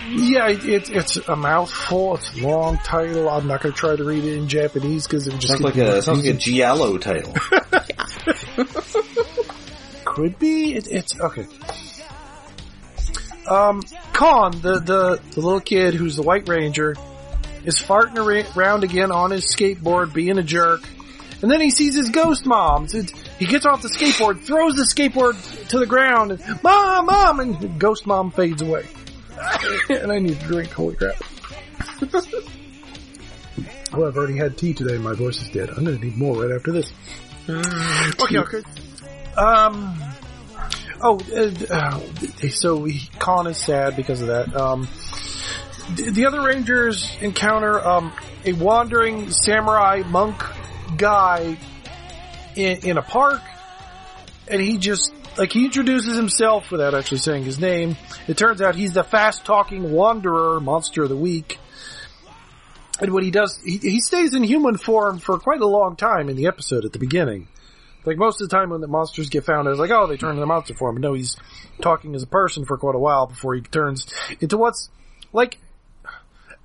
C: Yeah, it, it's it's a mouthful. It's a long title. I'm not gonna try to read it in Japanese because it would just
A: sounds like
C: get
A: a sounds like a Giallo title.
C: could be. It, it's okay. Um, Khan, the, the the little kid who's the White Ranger, is farting ar- around again on his skateboard, being a jerk, and then he sees his ghost mom. It's- it's- he gets off the skateboard, throws the skateboard to the ground, and mom, mom, and ghost mom fades away. *laughs* and I need a drink. Holy crap! *laughs* well, I've already had tea today. My voice is dead. I'm going to need more right after this. okay, okay. Um. Oh, uh, uh, so he, Khan is sad because of that. Um, th- the other Rangers encounter um, a wandering samurai monk guy in, in a park, and he just like he introduces himself without actually saying his name. It turns out he's the fast talking wanderer monster of the week. And what he does, he, he stays in human form for quite a long time in the episode at the beginning. Like most of the time when the monsters get found, it's like, oh, they turn into monster form. No, he's talking as a person for quite a while before he turns into what's like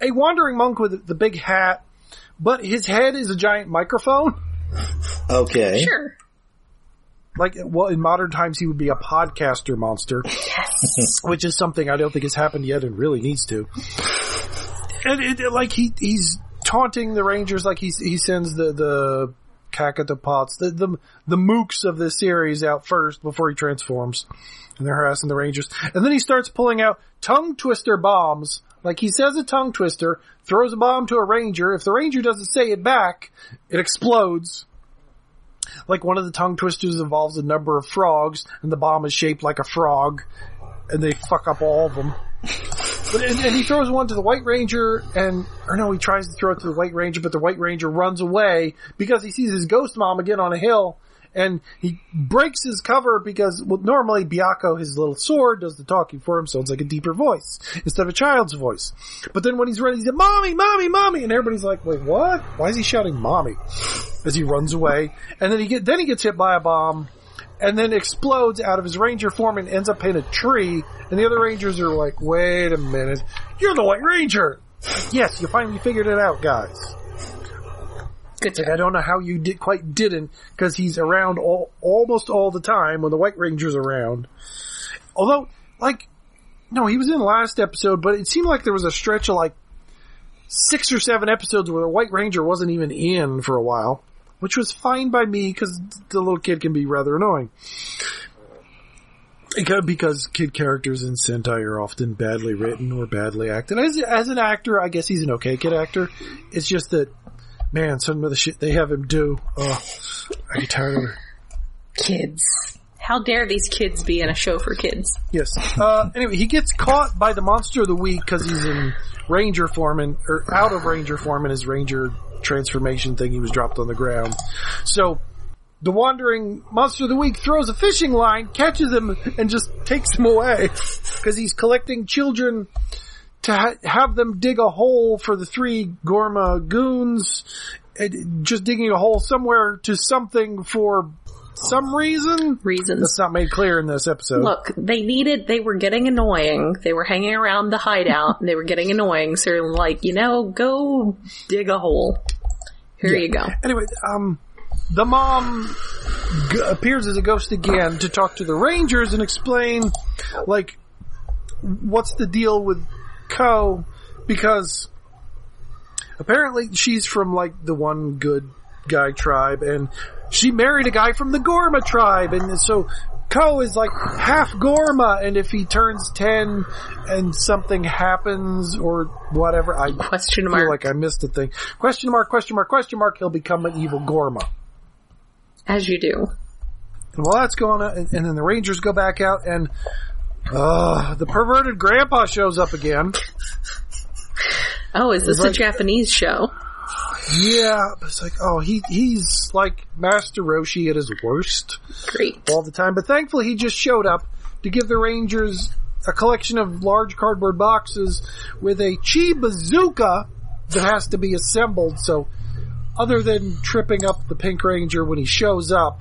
C: a wandering monk with the big hat, but his head is a giant microphone.
A: Okay,
B: Sure.
C: Like, well, in modern times, he would be a podcaster monster, *laughs* which is something I don't think has happened yet and really needs to. And it, like he he's taunting the Rangers, like he he sends the the Kakatapots, the the the mooks of the series out first before he transforms, and they're harassing the Rangers, and then he starts pulling out tongue twister bombs. Like he says a tongue twister, throws a bomb to a ranger. If the ranger doesn't say it back, it explodes. Like one of the tongue twisters involves a number of frogs, and the bomb is shaped like a frog, and they fuck up all of them. But, and, and he throws one to the White Ranger, and or no, he tries to throw it to the White Ranger, but the White Ranger runs away because he sees his ghost mom again on a hill, and he breaks his cover because well, normally Biako, his little sword, does the talking for him, so it's like a deeper voice instead of a child's voice. But then when he's running, he's like, "Mommy, mommy, mommy," and everybody's like, "Wait, what? Why is he shouting, mommy?" as he runs away, and then he get then he gets hit by a bomb, and then explodes out of his ranger form and ends up in a tree. And the other rangers are like, "Wait a minute, you're the White Ranger." yes, you finally figured it out, guys.
B: Good
C: Like I don't know how you did quite didn't because he's around all, almost all the time when the White Ranger's around. Although, like, no, he was in last episode, but it seemed like there was a stretch of like six or seven episodes where the White Ranger wasn't even in for a while, which was fine by me because the little kid can be rather annoying. Because- Because kid characters in Sentai are often badly written or badly acted. As, as an actor, I guess he's an okay kid actor. It's just that Man, some of the shit they have him do. Oh, I get tired of her.
B: Kids. How dare these kids be in a show for kids?
C: Yes. Uh, anyway, he gets caught by the monster of the week because he's in ranger form and or out of ranger form in his ranger transformation thing. He was dropped on the ground. So the wandering monster of the week throws a fishing line, catches him, and just takes him away because he's collecting children to ha- have them dig a hole for the three Gorma goons. and Just digging a hole somewhere to something for some reason.
B: Reasons.
C: That's not made clear in this episode.
B: Look, they needed, they were getting annoying. They were hanging around the hideout and they were getting annoying. So they were like, you know, go dig a hole. Here you go.
C: Anyway, um, the mom g- appears as a ghost again to talk to the rangers and explain, like, what's the deal with Co? Because apparently she's from like the one good guy tribe, and she married a guy from the Gorma tribe, and so. Ko is like half Gorma, and if he turns 10 and something happens or whatever, I
B: Question
C: feel
B: mark.
C: like I missed a thing. Question mark, question mark, question mark, he'll become an evil Gorma.
B: as you do.
C: And while that's going on, and, and then the Rangers go back out, and uh, the perverted grandpa shows
B: *laughs*
C: up again.
B: Oh, is this
C: like-
B: a Japanese show?
C: Yeah, but it's like, oh, he he's like Master Roshi at his worst
B: Great.
C: all the time. But thankfully, he just showed up to give the Rangers a collection of large cardboard boxes with a chi bazooka that has to be assembled. So, other than tripping up the Pink Ranger when he shows up,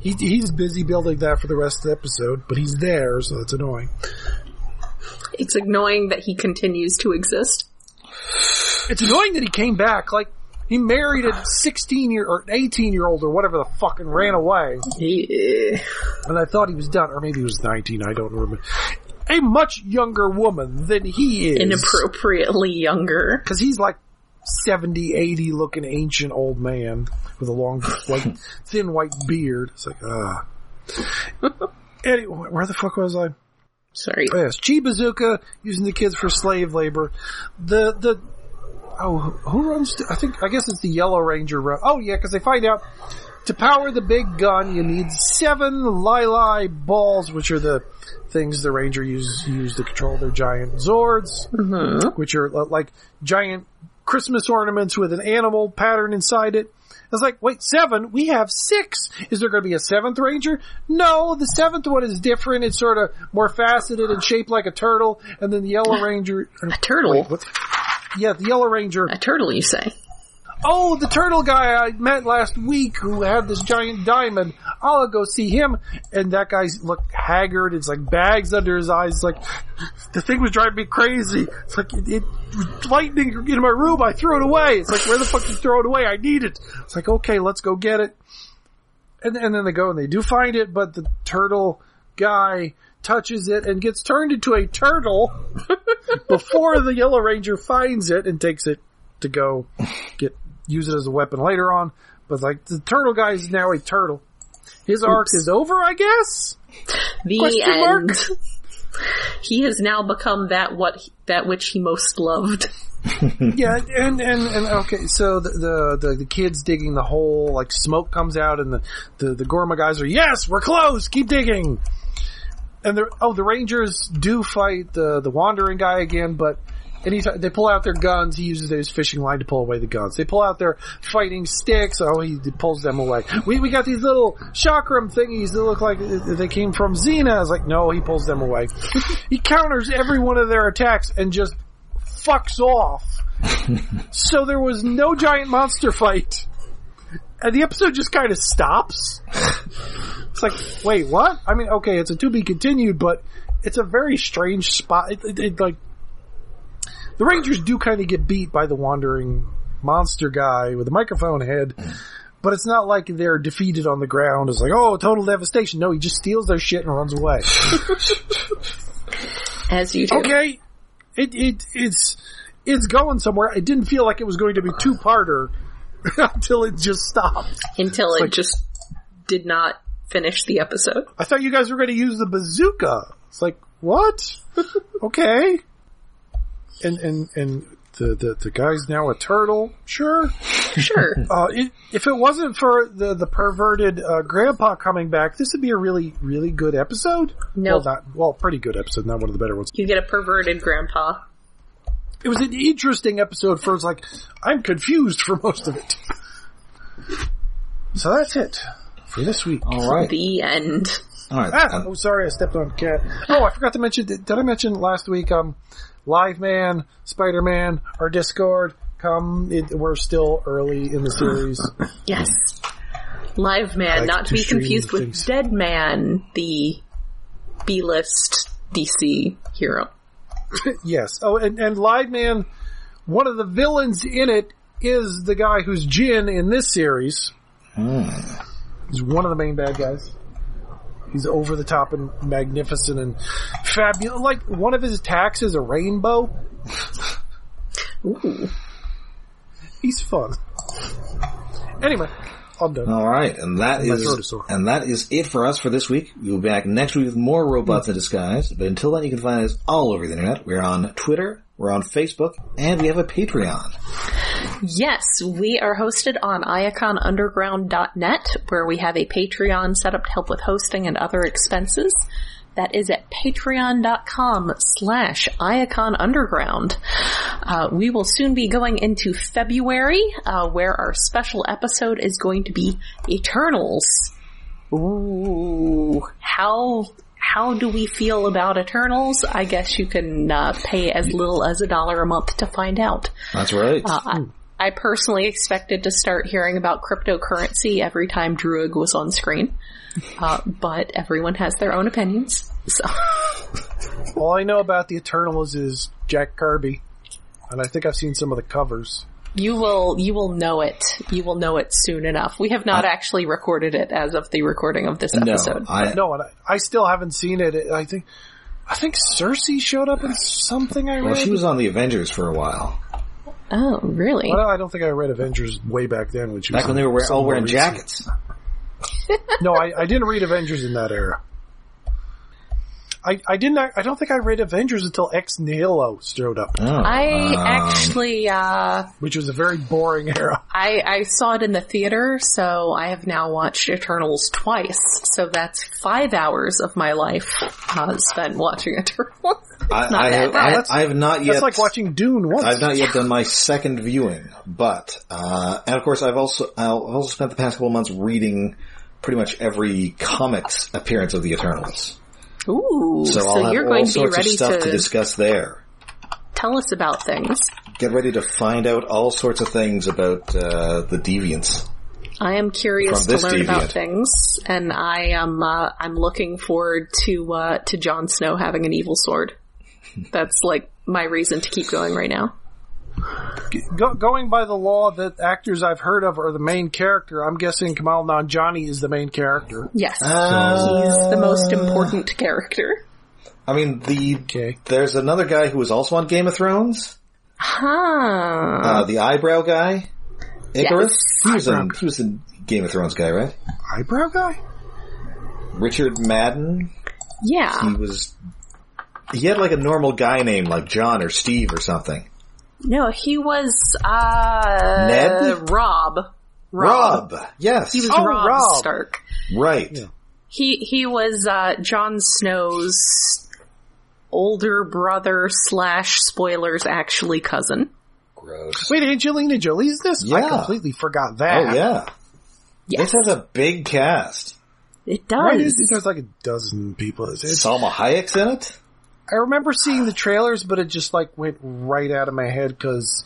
C: he, he's busy building that for the rest of the episode. But he's there, so that's annoying.
B: It's annoying that he continues to exist.
C: It's annoying that he came back like. He married a 16 year or an 18 year old or whatever the fuck and ran away.
B: Yeah.
C: and I thought he was done, or maybe he was 19, I don't remember. A much younger woman than he is.
B: Inappropriately younger.
C: Because he's like 70, 80 looking ancient old man with a long, like, thin white *laughs* beard. It's like, ah. *laughs* anyway, where the fuck was I?
B: Sorry.
C: Oh, yes, Chi Bazooka using the kids for slave labor. The the oh, who runs? I think I guess it's the Yellow Ranger. Run. Oh yeah, because they find out to power the big gun, you need seven Lili balls, which are the things the Ranger uses use to control their giant Zords, which are li- like giant Christmas ornaments with an animal pattern inside it. It's like, wait, seven? We have six. Is there going to be a seventh ranger? No, the seventh one is different. It's sort of more faceted and shaped like a turtle. And then the yellow ranger, or-
B: A turtle.
C: yeah, the yellow ranger.
B: A turtle, you say?
C: Oh, the turtle guy I met last week who had this giant diamond. I'll go see him. And that guy's look haggard. It's like bags under his eyes. It's like the thing was driving me crazy. It's like it, it was lightning in my room. I threw it away. It's like where the fuck you throw it away? I need it. It's like okay, let's go get it. And and then they go and they do find it, but the turtle guy touches it and gets turned into a turtle *laughs* before the yellow ranger finds it and takes it to go get use it as a weapon later on. But like the turtle guy is now a turtle. His arc is over, I guess.
B: The
C: Question
B: end.
C: mark?
B: *laughs* He has now become that what that which he most loved.
C: Yeah, and and and okay, so the, the the the kids digging the hole, like smoke comes out, and the the the Gorma guys are yes, we're close, keep digging. And the oh, the Rangers do fight the the wandering guy again, but. Anytime they pull out their guns, he uses his fishing line to pull away the guns. They pull out their fighting sticks. Oh, he pulls them away. We we got these little chakram thingies that look like uh, they came from Xena. It's like no, he pulls them away. *laughs* he counters every one of their attacks and just fucks off. so there was no giant monster fight. And the episode just kind of stops. It's like, wait, what? I mean, okay, it's a to be continued, but it's a very strange spot. It, it, it, like, the Rangers do kind of get beat by the wandering monster guy with the microphone head, but it's not like they're defeated on the ground. It's like, oh, total devastation. No, he just steals their shit and runs away.
B: As you do.
C: okay, it it it's it's going somewhere. It didn't feel like it was going to be two parter *laughs* until it just stopped.
B: Until it just did not finish the episode.
C: *laughs* I thought you guys were going to use the bazooka. It's like what? *laughs* okay, and and and the, the the guy's now a turtle. Sure,
B: Sure.
C: Uh, it, if it wasn't for the the perverted uh, grandpa coming back, this would be a really really good episode.
B: No.
C: well, not well, pretty good episode, not one of the better ones.
B: You get a perverted grandpa.
C: It was an interesting episode. For it's like I'm confused for most of it. So that's it for this week.
A: All right.
B: The end.
A: All right.
C: Ah,
A: Um,
C: oh, sorry, I stepped on a cat. Oh, I forgot to mention. Did, did I mention last week? Um, Live Man, Spider Man, our Discord. Come, it, we're still early in the series.
B: Yes. Live man,
C: Like
B: not to be
C: extreme
B: confused with
C: things.
B: Dead Man, the B list DC hero.
C: *laughs* yes. Oh, and and Live Man, one of the villains in it is the guy who's Jin in this series. He's one of the main bad guys. He's over the top and magnificent and fabulous. Like one of his attacks is a rainbow.
B: Ooh.
C: He's fun. Anyway, I'm done.
A: all right, and that
C: My
A: is
C: throat is sore.
A: and that is it for us for this week. We'll be back next week with more robots in disguise. But until then, you can find us all over the internet. We're on Twitter, we're on Facebook, and we have a Patreon.
B: Yes, we are hosted on iaconunderground.net where we have a Patreon set up to help with hosting and other expenses. That is at patreon.com slash iaconunderground. Uh, we will soon be going into February uh, where our special episode is going to be Eternals. Ooh, how how do we feel about Eternals? I guess you can uh, pay as little as a dollar a month to find out.
A: That's right.
B: I, I personally expected to start hearing about cryptocurrency every time Druid was
A: *laughs*
B: on screen, uh, but everyone has their own opinions. So *laughs*
C: All I know about the Eternals is Jack Kirby, and I think I've seen some of the covers.
B: you will you will know it. You will know it soon enough. We have not actually recorded it as of the recording of this
A: no,
B: episode.
A: I,
C: No, and I, I still haven't seen it. I think, I think Cersei showed up in something I read.
A: well, she was on the Avengers for a while.
B: oh, really?
C: Well, I don't think I read Avengers way back then when she was
A: Back when they were wear- all wearing jackets.
C: No, I, I didn't read Avengers in that era. I, I didn't. I don't think I read Avengers until Ex Nihilo showed up,
A: Oh,
B: I
A: um,
B: actually uh,
C: which was a very boring
A: *laughs*
C: era.
B: I, I saw it in the theater, so I have now watched Eternals twice. So that's five hours of my life uh, spent watching *laughs* Eternals. It's
A: I,
B: not
A: I,
B: that
A: have,
B: bad.
A: I, I have not
C: That's
A: yet.
C: like watching Dune once.
A: I've
C: *laughs*
A: not yet done my second viewing, but uh, and of course I've also I've also spent the past couple months reading pretty much every comics appearance of the Eternals.
B: Ooh,
A: So,
B: so,
A: I'll have
B: you're
A: all
B: going to be
A: sorts of
B: ready
A: stuff
B: to,
A: to... discuss there.
B: tell us about things.
A: Get ready to find out all sorts of things about uh, the deviants.
B: I am curious
A: From
B: to
A: this
B: learn about
A: deviant.
B: things, and I am uh, I'm looking forward to uh, to Jon Snow having an
A: *laughs*
B: evil sword. That's like my reason to keep going right now.
C: Go, going by the law that actors I've heard of are the main character, I'm guessing Kamal Nanjani is the main character.
B: Yes,
C: Ah.
A: Uh,
B: he's the most important *laughs* character.
A: I mean the
C: Okay.
A: there's another guy who was also on Game of Thrones.
B: Huh.
A: Uh, the eyebrow guy, Icarus. He was in,
C: Eyebrow.
A: he was the Game of Thrones guy, right?
C: Eyebrow guy?
A: Richard Madden.
B: yeah.
A: he was he had like a normal guy name like John or Steve or something.
B: No, he was uh
A: Ned?
B: Rob.
A: Rob, yes,
B: He was
C: Oh,
B: Rob,
C: Rob.
B: Stark.
A: right.
B: He he was uh Jon Snow's older brother slash spoilers actually cousin.
A: Gross.
C: Wait, Angelina Jolie's this? I
A: Yeah.
C: completely forgot that.
A: Oh yeah, this
B: Yes.
A: has a big cast.
B: It
C: Why is
B: does.
C: there's like a dozen people? It's- it's-
A: Salma Hayek's in it.
C: I remember seeing the trailers, but it just like went right out of my head because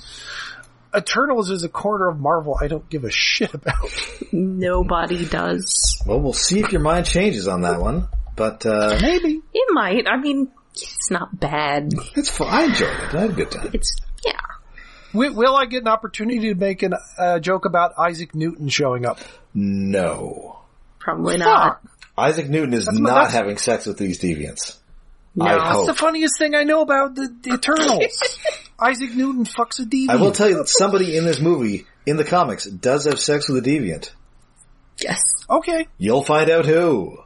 C: Eternals is a corner of Marvel I don't give a shit about.
B: Nobody does.
A: Well, we'll see if your mind changes on that one. But uh,
C: *laughs* Maybe.
B: It might. I mean, it's not bad.
A: it's fun. I enjoyed it. I had a good time.
B: It's yeah.
C: Will, will I get an opportunity to make a uh, joke about Isaac Newton showing up?
A: No,
B: Probably not.
A: Isaac Newton is
C: my-
A: not
C: that's-
A: having sex with these deviants.
B: No.
A: I hope.
C: That's the funniest thing I know about the, the Eternals. *laughs* Isaac Newton fucks a deviant.
A: I will tell you that somebody in this movie, in the comics, does have sex with a deviant.
B: Yes.
C: Okay.
A: You'll find out who.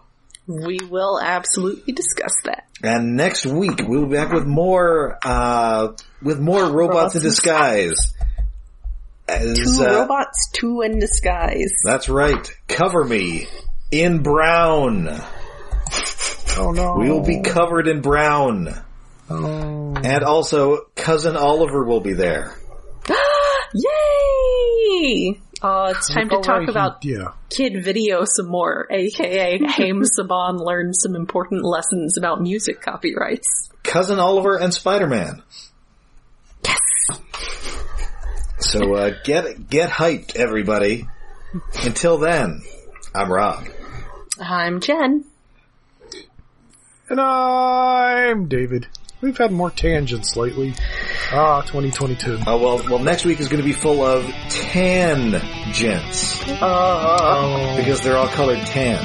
B: We will absolutely discuss that.
A: And next week we'll be back with more uh with more robots in disguise. As,
B: Two
A: uh,
B: robots, two in disguise.
A: That's right. Cover me in brown.
C: Oh no.
A: We will be covered in brown.
C: Oh.
A: And also, cousin Oliver will be there.
B: Yay! Oh, it's time to
C: All
B: talk
C: right,
B: about
C: yeah.
B: kid video some more, aka *laughs* Haim Saban learned some important lessons about music copyrights.
A: Cousin Oliver and Spider-Man. Yes. So uh, get get hyped, everybody. Until then, I'm Rob.
B: I'm Jen.
C: And I'm David. We've had more tangents lately. Ah, 2022.
A: Uh, well, well, next week is going to be full of tan gents
B: Uh,
C: *laughs* Oh.
A: because they're all colored tan.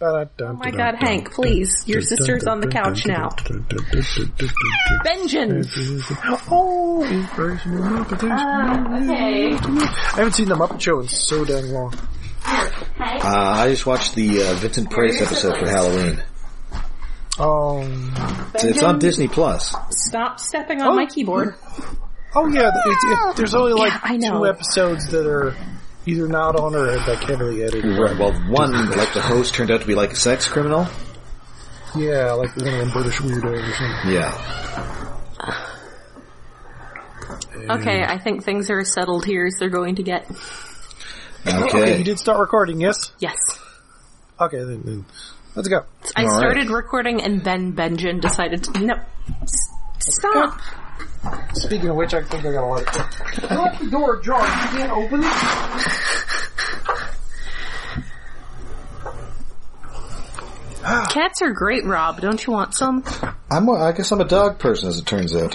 B: oh my god, Hank, please. Your sister's on the couch now. Benjamin!
C: Oh, inspiration and motivation.
B: okay.
C: I haven't seen the Muppet Show in so dang long.
A: Uh, I just watched the uh, Vincent Price episode for Halloween.
C: Um,
A: It's, it's on Disney Plus.
B: Stop stepping on my keyboard.
C: oh yeah, it's, it's, there's only like
B: Yeah, I know.
C: two episodes that are either not on or that can't really edit.
A: Right. Well, one like the host turned out to be like a sex criminal.
C: Yeah, like one of them British weirdos or something.
A: *laughs* Yeah.
B: Okay, I think things are settled here, so they're going to get.
C: Okay, you
A: Okay.
C: did start recording, yes?
B: Yes.
C: Okay, then, then. let's go.
B: I
A: All right.
B: started recording and then Benjamin decided to. No. S- Stop!
C: Speaking of which, I think I got a lot of. Lock the door, John. You can't open it.
B: Cats are great, Rob. Don't you want some?
A: I'm. a- I guess I'm a dog person, as it turns out.